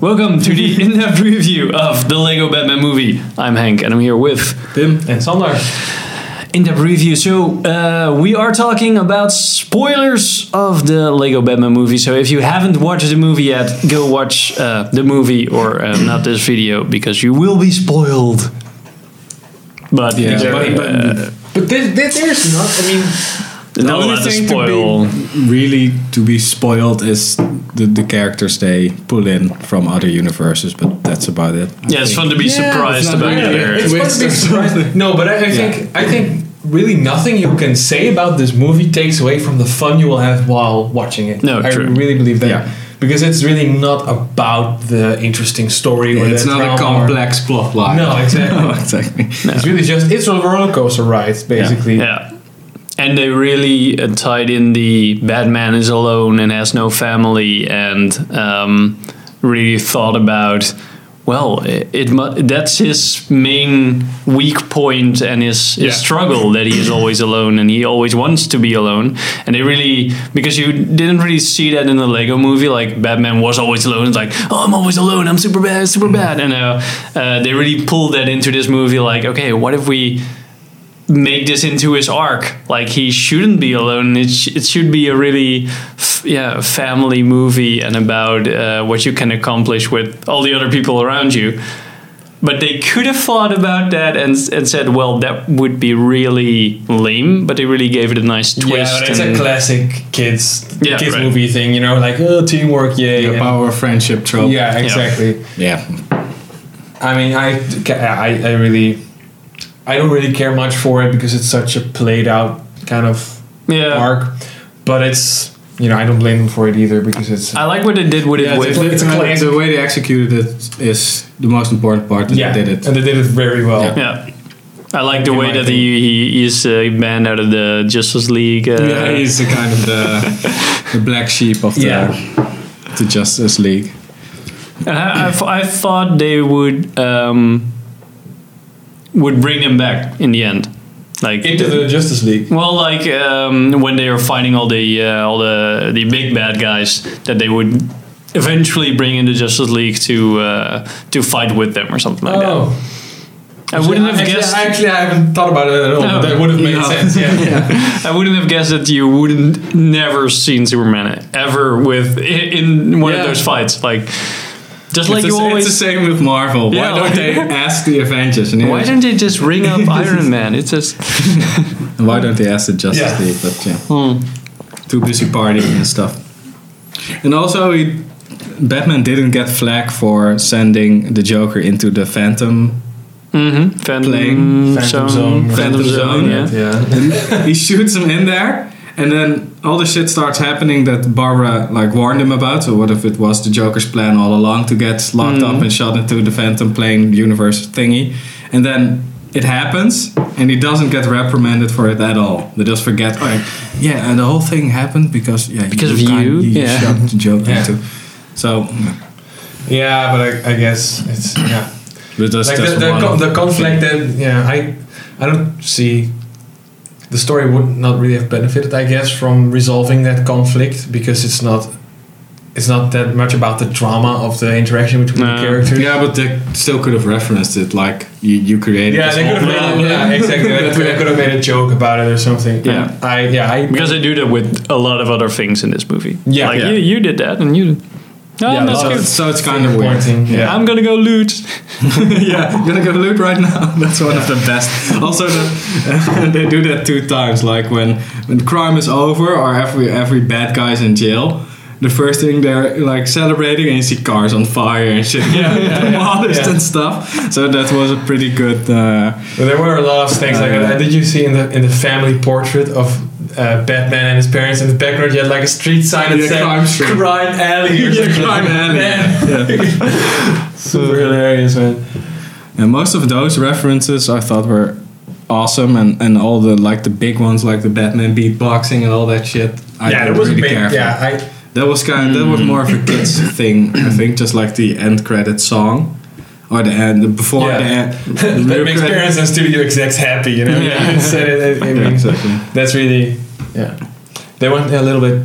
Welcome to the in-depth review of the Lego Batman movie. I'm Hank, and I'm here with Tim and Sander. in-depth review. So uh, we are talking about spoilers of the Lego Batman movie. So if you haven't watched the movie yet, go watch uh, the movie or uh, not this video because you will be spoiled. But uh, yeah, but, but, but there, there- there's not. I mean, not a lot to spoil. to be really to be spoiled is the, the characters they pull in from other universes, but that's about it. yeah, it's fun to be surprised about Yeah, it. it's fun to be surprised. No, but I, I think I think really nothing you can say about this movie takes away from the fun you will have while watching it. No, I true. really believe that. Yeah. Because it's really not about the interesting story. or it's the not a drama or- complex plot line. No, exactly. No, exactly. It's really just it's a roller coaster ride, basically. Yeah. And they really uh, tied in the Batman is alone and has no family, and um, really thought about, well, i- it mu- that's his main weak point and his, his Yeah. struggle that he is always alone and he always wants to be alone. And they really, because you didn't really see that in the Lego movie, like Batman was always alone. It's like, oh, I'm always alone, I'm super bad, super bad. And uh, uh, they really pulled that into this movie, like, okay, what if we make this into his arc. Like he shouldn't be alone. It, sh- it should be a really, f- yeah, family movie and about uh, what you can accomplish with all the other people around you. But they could have thought about that and, s- and said, well, that would be really lame. But they really gave it a nice twist. Yeah, but it's a and- classic kids Yeah, kids right. movie thing, you know, like oh, teamwork, yay. The and- power of friendship trope. yeah, exactly. Yeah. I mean, I, I, I really, I don't really care much for it because it's such a played out kind of yeah. arc. But it's, you know, I don't blame them for it either because it's. I like what they did with it. Yeah, With, it's- it's a classic. the way they executed it is the most important part. That yeah, they did it. and they did it very well. yeah. I like the In way my that opinion. he, he is uh, banned out of the Justice League. Uh, yeah, he's the kind of the, the black sheep of the, Yeah. the Justice League. And I, I th- I thought they would um, would bring him back in the end, like Into the Justice League. well, like um, when they are fighting all the uh, all the the big bad guys, that they would eventually bring in the Justice League to uh, to fight with them or something like Oh, that. I wouldn't have actually, guessed. Actually, I haven't thought about it at all. No. but that would have made Yeah. sense. Yeah. I wouldn't have guessed that you wouldn't never seen Superman ever with i- in one Yeah. of those fights, like just like it's, you the, always. it's the same with Marvel. Yeah. Why don't they ask the Avengers? And why don't they just ring up Iron Man? It's just why don't they ask the Justice Yeah. League? But yeah, too busy partying and stuff. And also, he, Batman didn't get flack for sending the Joker into the Phantom. Mm-hmm. Phantom Playing Phantom Zone. Phantom Phantom Zone. Zone, Yeah. yeah. he shoots him in there, and then all the shit starts happening that Barbara like warned him about. So what if it was the Joker's plan all along to get locked Mm-hmm. up and shot into the Phantom Plane universe thingy? And then it happens, and he doesn't get reprimanded for it at all. They just forget. Like, yeah, and the whole thing happened because yeah, Because of kind- you? Yeah. shot the Joker Yeah. into. So, Yeah, but I, I guess it's yeah. but that's like just the, the, one con- of- the conflict that yeah i i don't see the story would not really have benefited i guess from resolving that conflict because it's not it's not that much about the drama of the interaction between No. the characters Yeah, but they still could have referenced it. Like you, you created. yeah, this they could have whole made problem. it, yeah, exactly. They could, they could have made a joke about it or something. Yeah. I yeah, I Because I do that with a lot of other things in this movie. Yeah. like Yeah. You, you did that and you. Did. No, Yeah, that's a lot good. of- So it's kind of weird. pointing. Yeah. I'm gonna go loot. yeah, I'm gonna go loot right now. That's one of the best. Also, the, they do that two times. Like when when crime is over or every every bad guy's in jail, the first thing they're like celebrating and you see cars on fire and shit yeah, yeah, demolished yeah. and stuff. So that was a pretty good. Uh, But there were a lot of things like that. Did you see in the in the family portrait of uh, Batman and his parents in the background? You had like a street sign that Yeah, said crime street. "Crime Alley" or Yeah, something. crime alley. Man. Super hilarious, man. and most of those references I thought were awesome, and and all the like the big ones like the Batman beatboxing and all that shit. yeah, I didn't it was really big. care for. Yeah, I, That was kind. That was more of a kids thing, I think. Just like the end credit song, or the end before Yeah. the end. that real makes credit- parents and studio execs happy. You know, Yeah. You said it, it- it Yeah, means- exactly. that's really yeah. They went a little bit.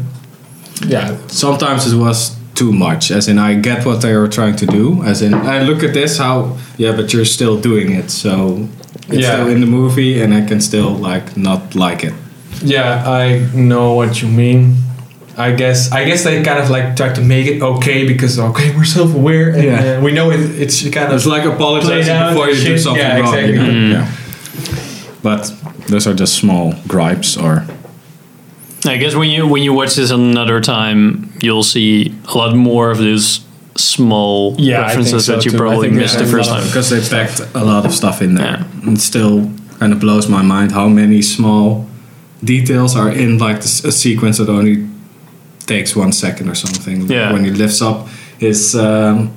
Yeah, Sometimes it was too much. As in, I get what they are trying to do. As in, I look at this how yeah, but you're still doing it, so it's Yeah. still in the movie, and I can still like not like it. Yeah, I know what you mean. I guess I guess they kind of like try to make it okay because okay we're self-aware and Yeah. uh, we know it, it's kind of It's like Play apologizing down before you do shit. something Yeah, wrong. exactly. you know? Yeah. But those are just small gripes, or I guess when you when you watch this another time, you'll see a lot more of those small Yeah, I think references so that you too. I probably think missed the there's a first lot of- time. because they packed a lot of stuff in there. It still kind of blows my mind how many small details are in like this, a sequence that only takes one second or something. Like Yeah. When he lifts up his um,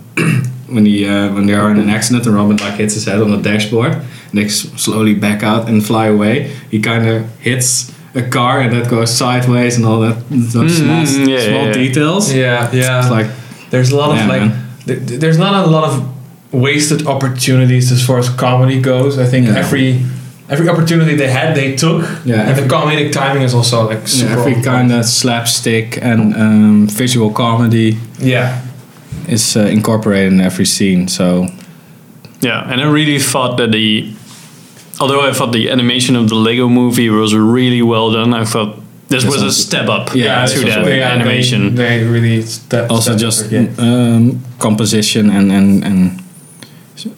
when he uh, when they are in an accident and Robin like hits his head on the dashboard and they s- slowly back out and fly away. He kind of hits a car and that goes sideways and all that those small Mm, yeah, yeah, small yeah. details. yeah yeah It's like there's a lot Yeah, of like man. th- th- there's not a lot of wasted opportunities as far as comedy goes I think Yeah. every every opportunity they had they took Yeah, and the comedic timing is also like Yeah, super every on kind point. of slapstick and um, visual comedy yeah is uh, incorporated in every scene. So Yeah, and I really thought that the although I thought the animation of the Lego movie was really well done, I thought this That was a sounds- step up Yeah, to this was that way- they- animation. they, really step, also step just up, yeah. um, composition and and and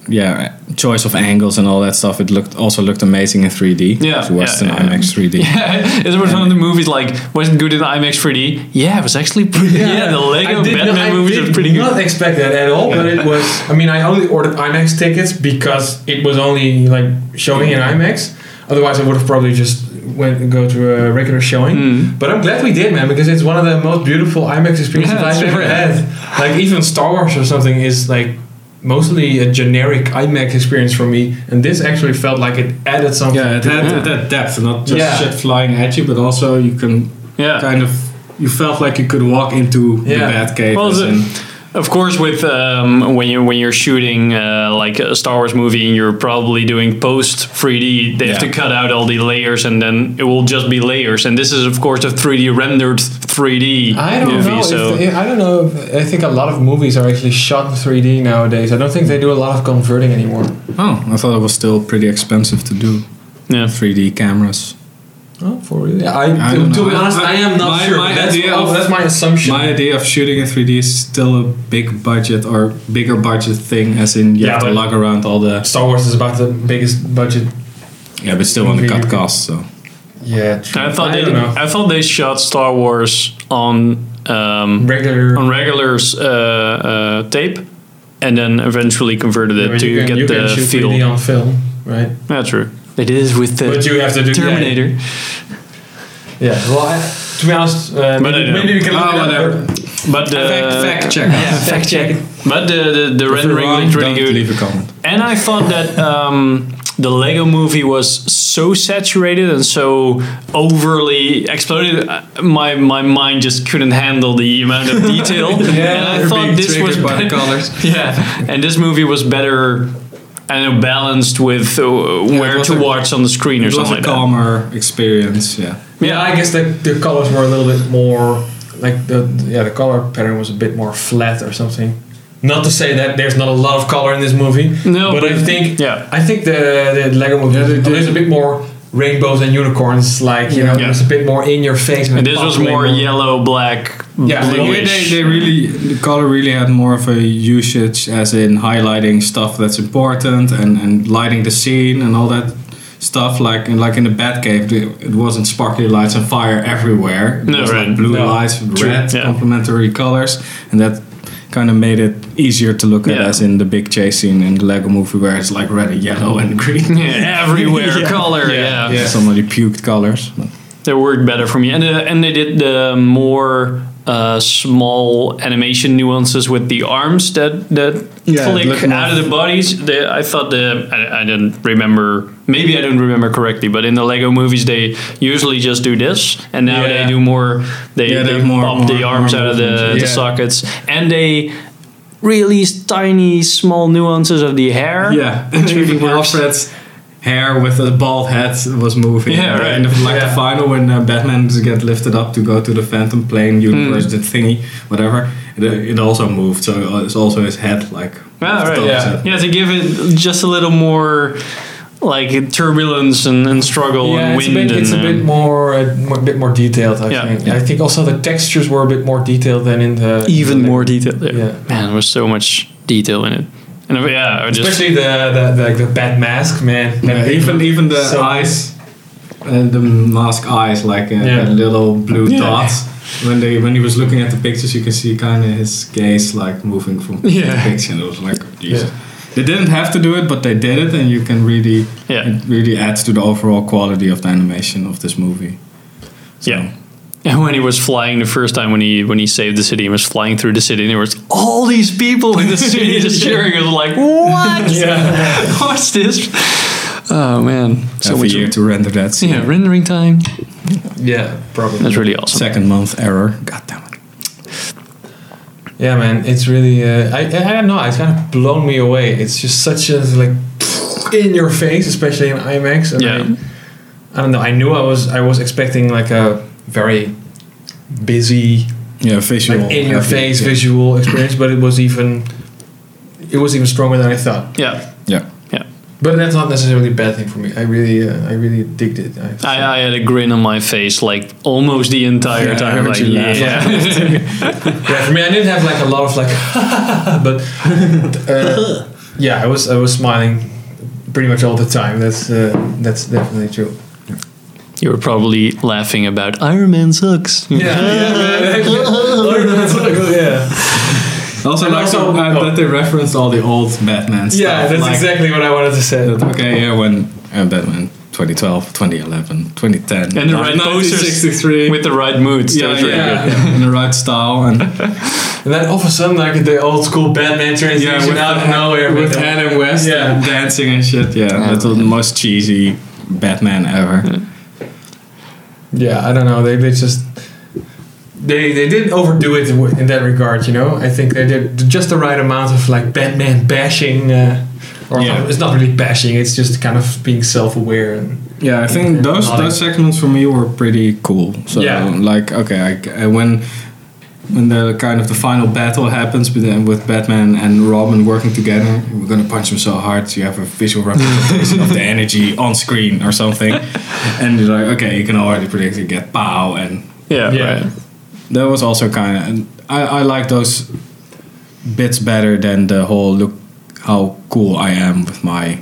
yeah, choice of angles and all that stuff. It looked also looked amazing in 3D. Yeah, if you watched yeah, an yeah. IMAX 3D. it was one of the movies like wasn't good in IMAX 3D. Yeah, it was actually pretty. Yeah, the Lego I did Batman not, I movies did are pretty not good. expect that at all, but it was. I mean, I only ordered IMAX tickets because it was only like showing in IMAX. Otherwise, I would have probably just went and go to a regular showing. Mm-hmm. But I'm glad we did, man, because it's one of the most beautiful IMAX experiences Yeah, I've sure. ever had. Like even Star Wars or something is like mostly a generic IMAX experience for me, and this actually felt like it added something. Yeah, it to had Yeah. it had depth, not just Yeah. shit flying at you, but also you can Yeah. kind of you felt like you could walk into the Yeah. Batcave. Well, as the- in- Of course, with um, when you when you're shooting uh, like a Star Wars movie and you're probably doing post 3D, they have Yeah. to cut out all the layers and then it will just be layers. And this is of course a 3D rendered 3D I don't movie. know. if so they- I don't know. If, I think a lot of movies are actually shot in 3D nowadays. I don't think they do a lot of converting anymore. oh, I thought it was still pretty expensive to do yeah. 3D cameras. Oh, for real? Yeah, I, I to, don't to know. be honest, I, I- am not my- sure. my that's, idea oh, of- that's my assumption. My idea of shooting in 3D is still a big budget or bigger budget thing, as in you Yeah, have to but- lug around all the. Star Wars is about the biggest budget. Yeah, but still want to cut costs, so. Yeah, true. I thought I they don't know. I thought they shot Star Wars on um, Regular. on regular uh, uh, tape and then eventually converted it you to can, get you the can shoot feel. um, 3D on film, right? That's true. They did it with the But you have to do- yeah. Terminator. Yeah. Well, I, to be honest, uh, But I maybe, don't maybe we can. know. look Oh, it up, whatever. but- But uh, fact, fact check. Yeah, fact check. But the the, the If you're rendering wrong, looked really don't good. Leave a comment. And I thought that um, the Lego movie was so saturated and so overly exploded. uh, My my mind just couldn't handle the amount of detail. and I you're thought being this was triggered by the better- colors. yeah, and this movie was better. I don't know, balanced with uh, where was to a- watch on the screen or It was something a like that. calmer experience, yeah. Yeah, I guess the, the colors were a little bit more like the yeah the color pattern was a bit more flat or something. Not to say that there's not a lot of color in this movie, No, but, I but- think yeah. I think the the Lego movie Yeah, they did. there's a bit more rainbows and unicorns like you know Yeah. there's a bit more in your face. And this was more yeah yellow, black, Yeah, but Here bluish. they, they really, the color really had more of a usage, as in highlighting stuff that's important and, and lighting the scene and all that stuff. Like like in the Batcave, the- it wasn't sparkly lights and fire everywhere. It No, was right. like blue No. lights, True, red, yeah. complementary colors, and that kind of made it easier to look at, Yeah. as in the big chase scene in the Lego Movie, where it's like red and yellow and green. yeah, everywhere, color, yeah. Yeah. Somebody puked colors. they worked better for me and uh, and they did the more uh, small animation nuances with the arms that that Yeah, it flick looked more- out of the bodies the, I thought the I, I don't remember maybe I don't remember correctly but in the Lego movies they usually just do this and now Yeah. they do more they, Yeah, they they have more- pop the more- arms more out of the, movement. the Yeah. sockets and they release tiny small nuances of the hair Yeah, Which really even works. Alfred's hair with a bald head was moving. Yeah, right. And the- like Yeah. the final when uh, Batman get lifted up to go to the Phantom Hmm. Plane universe, the thingy, whatever. It, uh, it also moved, so uh, it's also his head like. Ah, off the right, top of his yeah. head. Yeah, to give it just a little more like turbulence and, and struggle Yeah, and it's a wind bit, and it's a bit um, more, uh, more- a bit more detailed. I Yeah. think. I think also the textures were a bit more detailed than in the uh, even the- more detail. There. Yeah. Man, there was so much detail in it. And uh, yeah, I just Especially the the, the, like the bat mask, man. Yeah, That- even even the So- eyes, uh, the mask eyes, like uh, Yeah. the little blue Yeah. dots. When they when he was looking at the pictures, you can see kind of his gaze like moving from picture Yeah. to picture. And it was like, Jesus. They didn't have to do it, but they did it, and you can really, Yeah. it really adds to the overall quality of the animation of this movie. So- Yeah. And when he was flying the first time, when he when he saved the city, he was flying through the city, and there was all these people in the city just cheering. It was like, what? Yeah. What's this? Oh man, so Have a much. year to render that scene. Yeah, rendering time. yeah, probably. That's really awesome. Second month error. God damn it. Yeah, man, it's really. Uh, I I don't know. It's kind of blown me away. It's just such a like in your face, especially in IMAX. And Yeah. I, I don't know. I knew I was I was expecting like a very busy, Yeah, visual. like in your heavy. face Yeah. visual experience, but it was even it was even stronger than I thought. Yeah, Yeah. But that's not necessarily a bad thing for me. I really uh, I really digged it. I, have to I, say. I had a grin on my face like almost the entire Yeah, I time. heard Like, you laugh. yeah, yeah, for me, I didn't have like a lot of like, but uh, yeah, I was I was smiling pretty much all the time. That's uh, that's definitely true. you were probably laughing about Iron Man sucks. yeah, Also, And like, also- I oh. bet they referenced all the old Batman stuff. yeah. That's like, exactly what I wanted to say. that, okay, yeah, when uh, Batman 2012, 2011, 2010. And the right posters 1963. with the right moods. yeah, That was yeah, really yeah. good. in the right style and yeah, And then all of a sudden, like the old school Batman transition out of nowhere with man. Adam West Yeah. and dancing and shit. Yeah, that's the most cheesy Batman ever. Yeah, I don't know. They they just. They, they didn't overdo it in that regard, you know. I think they did just the right amount of like Batman bashing, uh, or Yeah. it's not really bashing. It's just kind of being self-aware and Yeah, I think those those segments for me were pretty cool. So Yeah. like okay, I, I- when when the kind of the final battle happens with, with Batman and Robin working together, we're gonna punch him so hard you have a visual representation of the energy on screen or something, and you're like okay, you can already predict you get pow and Yeah, Yeah. right. that was also kind of and I, I like those bits better than the whole look how cool I am with my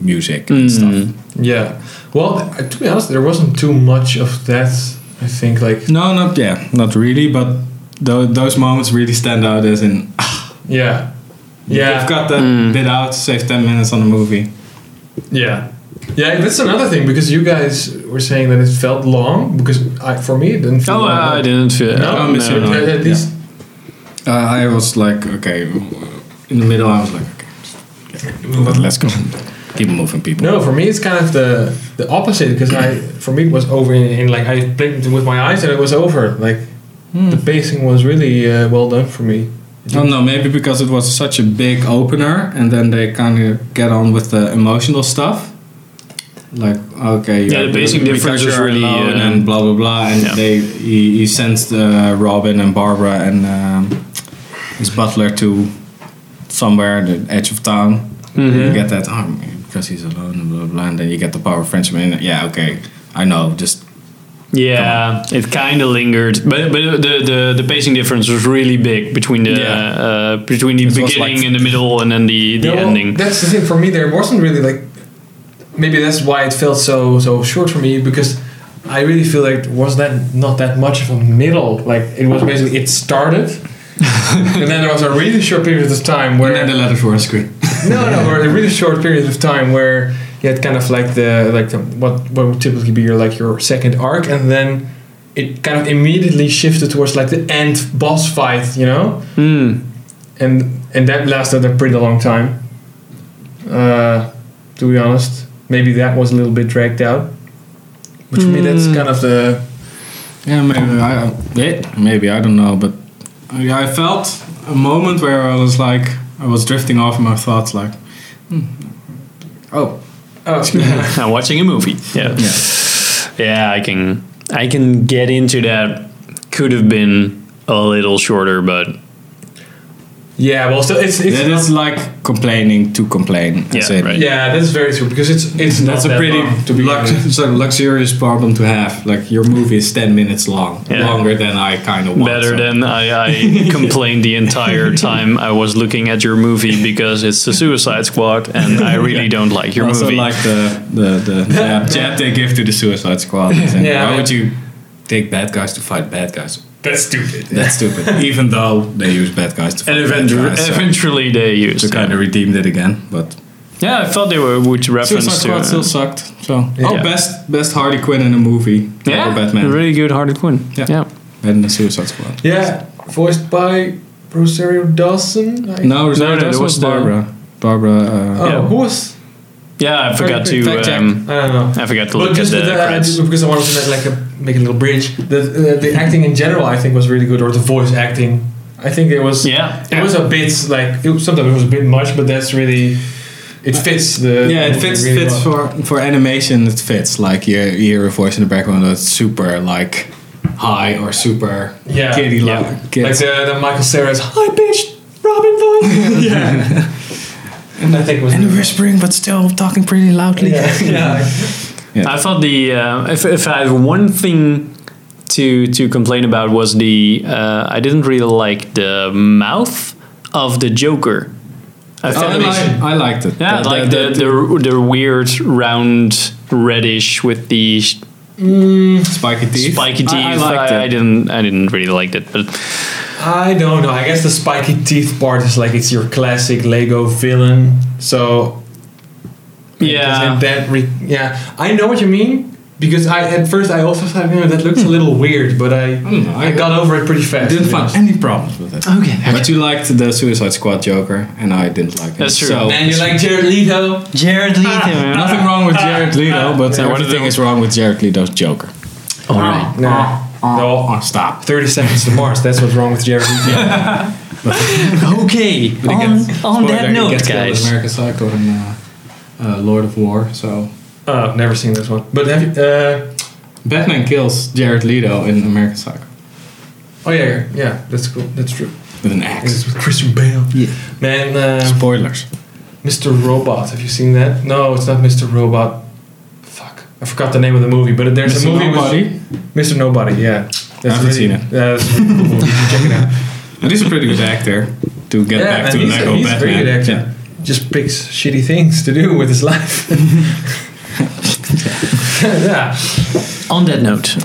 music and stuff. Yeah. Well, uh, to be honest, there wasn't too much of that. I think like No, not yeah, not really. But tho- those moments really stand out as in yeah, I've yeah, got that bit out, save ten minutes on the movie. yeah, yeah. That's another thing because you guys were saying that it felt long because I, for me it didn't. Feel Oh, long. uh, I didn't feel. No, uh, I miss no, you. no. At, at least Uh, I was like, okay, in the middle, I was like, okay, let- let's go, keep moving, people. no. For me, it's kind of the the opposite because I for me it was over in, in like I blinked with my eyes and it was over. Like Hmm. the pacing was really uh, well done for me. I don't know, maybe because it was such a big opener, and then they kind of get on with the emotional stuff. Like okay, Yeah, you're- the basic because difference you're was really, alone uh, and blah blah blah, and yeah. they he, he sends uh, Robin and Barbara and um, his butler to somewhere at the edge of town. Mm-hmm. You get that oh, man, because he's alone and blah blah, blah, and then you get the power of Frenchman. Yeah, okay, I know, just Yeah, it kind of lingered, but but the, the the pacing difference was really big between the Yeah. uh, between the It was beginning like- and the middle, and then the the Yeah, well, ending. That's the thing for me. There wasn't really like. Maybe that's why it felt so so short for me because I really feel like there was that not that much of a middle. Like it was basically it started, and then there was a really short period of time where and then the letters were on screen. no no or a really short period of time where you had kind of like the like the, what what would typically be your like your second arc, and then it kind of immediately shifted towards like the end boss fight. You know Mm. and and that lasted a pretty long time. Uh, to be honest, maybe that was a little bit dragged out. But for me, that's kind of the Yeah, maybe I eh, maybe I don't know, but I, I felt a moment where I was like I was drifting off in my thoughts, like, hmm, oh, Oh, yeah. I'm watching a movie. Yeah. Yeah. Yeah, I can I can get into that. Could have been a little shorter, but yeah. Well, still, it's it's That is like complaining to complain. Yeah, As in- right. yeah. That's very true because it's it's That's not a that pretty long, to be lux- honest. it's a luxurious problem to have. Like your movie is ten minutes long, Yeah. longer than I kind of want. better so- than I, I complained the entire time I was looking at your movie because it's the Suicide Squad, and I really don't like your also movie. like the the the jab, jab they give to the Suicide Squad. It's like, Yeah. Why would you take bad guys to fight bad guys? That's stupid. That's stupid. Even though they use bad guys to fight and bad eventually, guys, so eventually they used. to it. kind of redeemed it again, but Yeah, I thought they were would reference to. Suicide uh, Squad still sucked. So oh, Yeah. best best Harley Quinn in a movie. yeah, over Batman. really good Harley Quinn. Yeah. yeah. Better than Suicide Squad. Yeah, voiced by Rosario Dawson. I- No, no, Rosario that Dawson was was the- Barbara. Barbara. Uh, Oh, Yeah. who was? Yeah, I forgot Very to. Fact check. Um, I don't know. I forgot to But look at just the with that, I credits. do- because I wanted to make, like a, make a little bridge. The uh, the acting in general, I think, was really good, or the voice acting. I think it was. Yeah, It was a bit like it, sometimes it was a bit much, but that's really it fits the yeah, it the fits movie really fits well. for for animation. It fits like you you hear a voice in the background that's super like high or super Yeah. kiddie Yeah. like like kids. the, the Michael Cera's high pitched Robin voice. yeah, and I think it was and whispering but still talking pretty loudly. yeah, yeah. I thought the uh, if if I have one thing to to complain about was the uh, I didn't really like the mouth of the Joker. I Oh, I, thought it was- like, I liked it. yeah, The- like the- the the, the weird round reddish with the sh- the spiky teeth. spiky teeth. I, I liked I, it. didn't I didn't really like that, but I don't know. I guess the spiky teeth part is like it's your classic Lego villain. So yeah, and that re- yeah, I know what you mean because I at first I also thought you know, that looks a little weird, but I don't know, I, Hmm. I- got over it pretty fast. I to didn't be find honest. any problems with it. Okay, okay. But you liked the Suicide Squad Joker, and I didn't like it. That's true. So, And you like Jared Leto? Jared Leto. man. nothing wrong with Jared Leto, but Yeah, what did everything they- is wrong with Jared Leto's Joker. All right. No. No, stop. Thirty seconds to Mars. That's what's wrong with Jared Leto. Okay. On, on that note, guys. American Psycho and uh, uh, Lord of War. So oh, I've never seen this one. But have you? Uh, Batman kills Jared Leto in American Psycho oh yeah, yeah, that's cool. That's true. with an This axe. is with Christian Bale. Yeah. Man, uh, Spoilers. Mr. Robot. Have you seen that? No, it's not Mr. Robot. Fuck, I forgot the name of the movie. But there's a movie with Mr. Nobody. Yeah, that's haven't seen it. Yeah, that's a really cool movie. You should Check it out. And he's a pretty good actor. To get yeah, back man, to he's, Lego a, he's a Batman. pretty good actor. Yeah. Just picks shitty things to do with his life. yeah. On that note,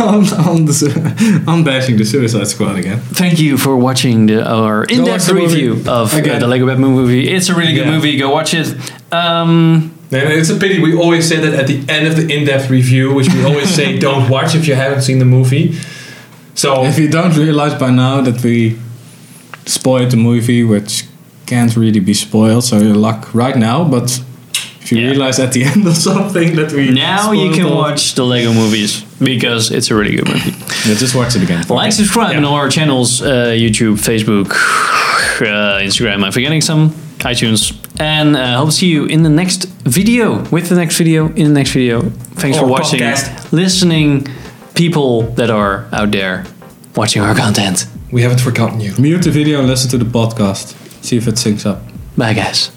on, on, the, su- on bashing the Suicide Squad again. thank you for watching the, our in-depth watch the movie. review of uh, Again. the Lego Batman movie. It's a really good Yeah. movie. Go watch it. Um, And it's a pity we always say that at the end of the in-depth review, which we always say don't watch if you haven't seen the movie. So If you don't realize by now that we spoiled the movie, which can't really be spoiled, so you're luck right now, but if you Yeah. realize at the end of something that we now you spoiled can all- watch the Lego movies because it's a really good movie. Yeah, just watch it again. Like, subscribe on all our channels: uh, YouTube, Facebook, uh, Instagram. I'm forgetting some. iTunes. And uh, hope to see you in the next video. With the next video, in the next video. Thanks Or for watching, podcast. listening, people that are out there watching our content. we haven't forgotten you. Mute the video and listen to the podcast. See if it syncs up. Bye, guys.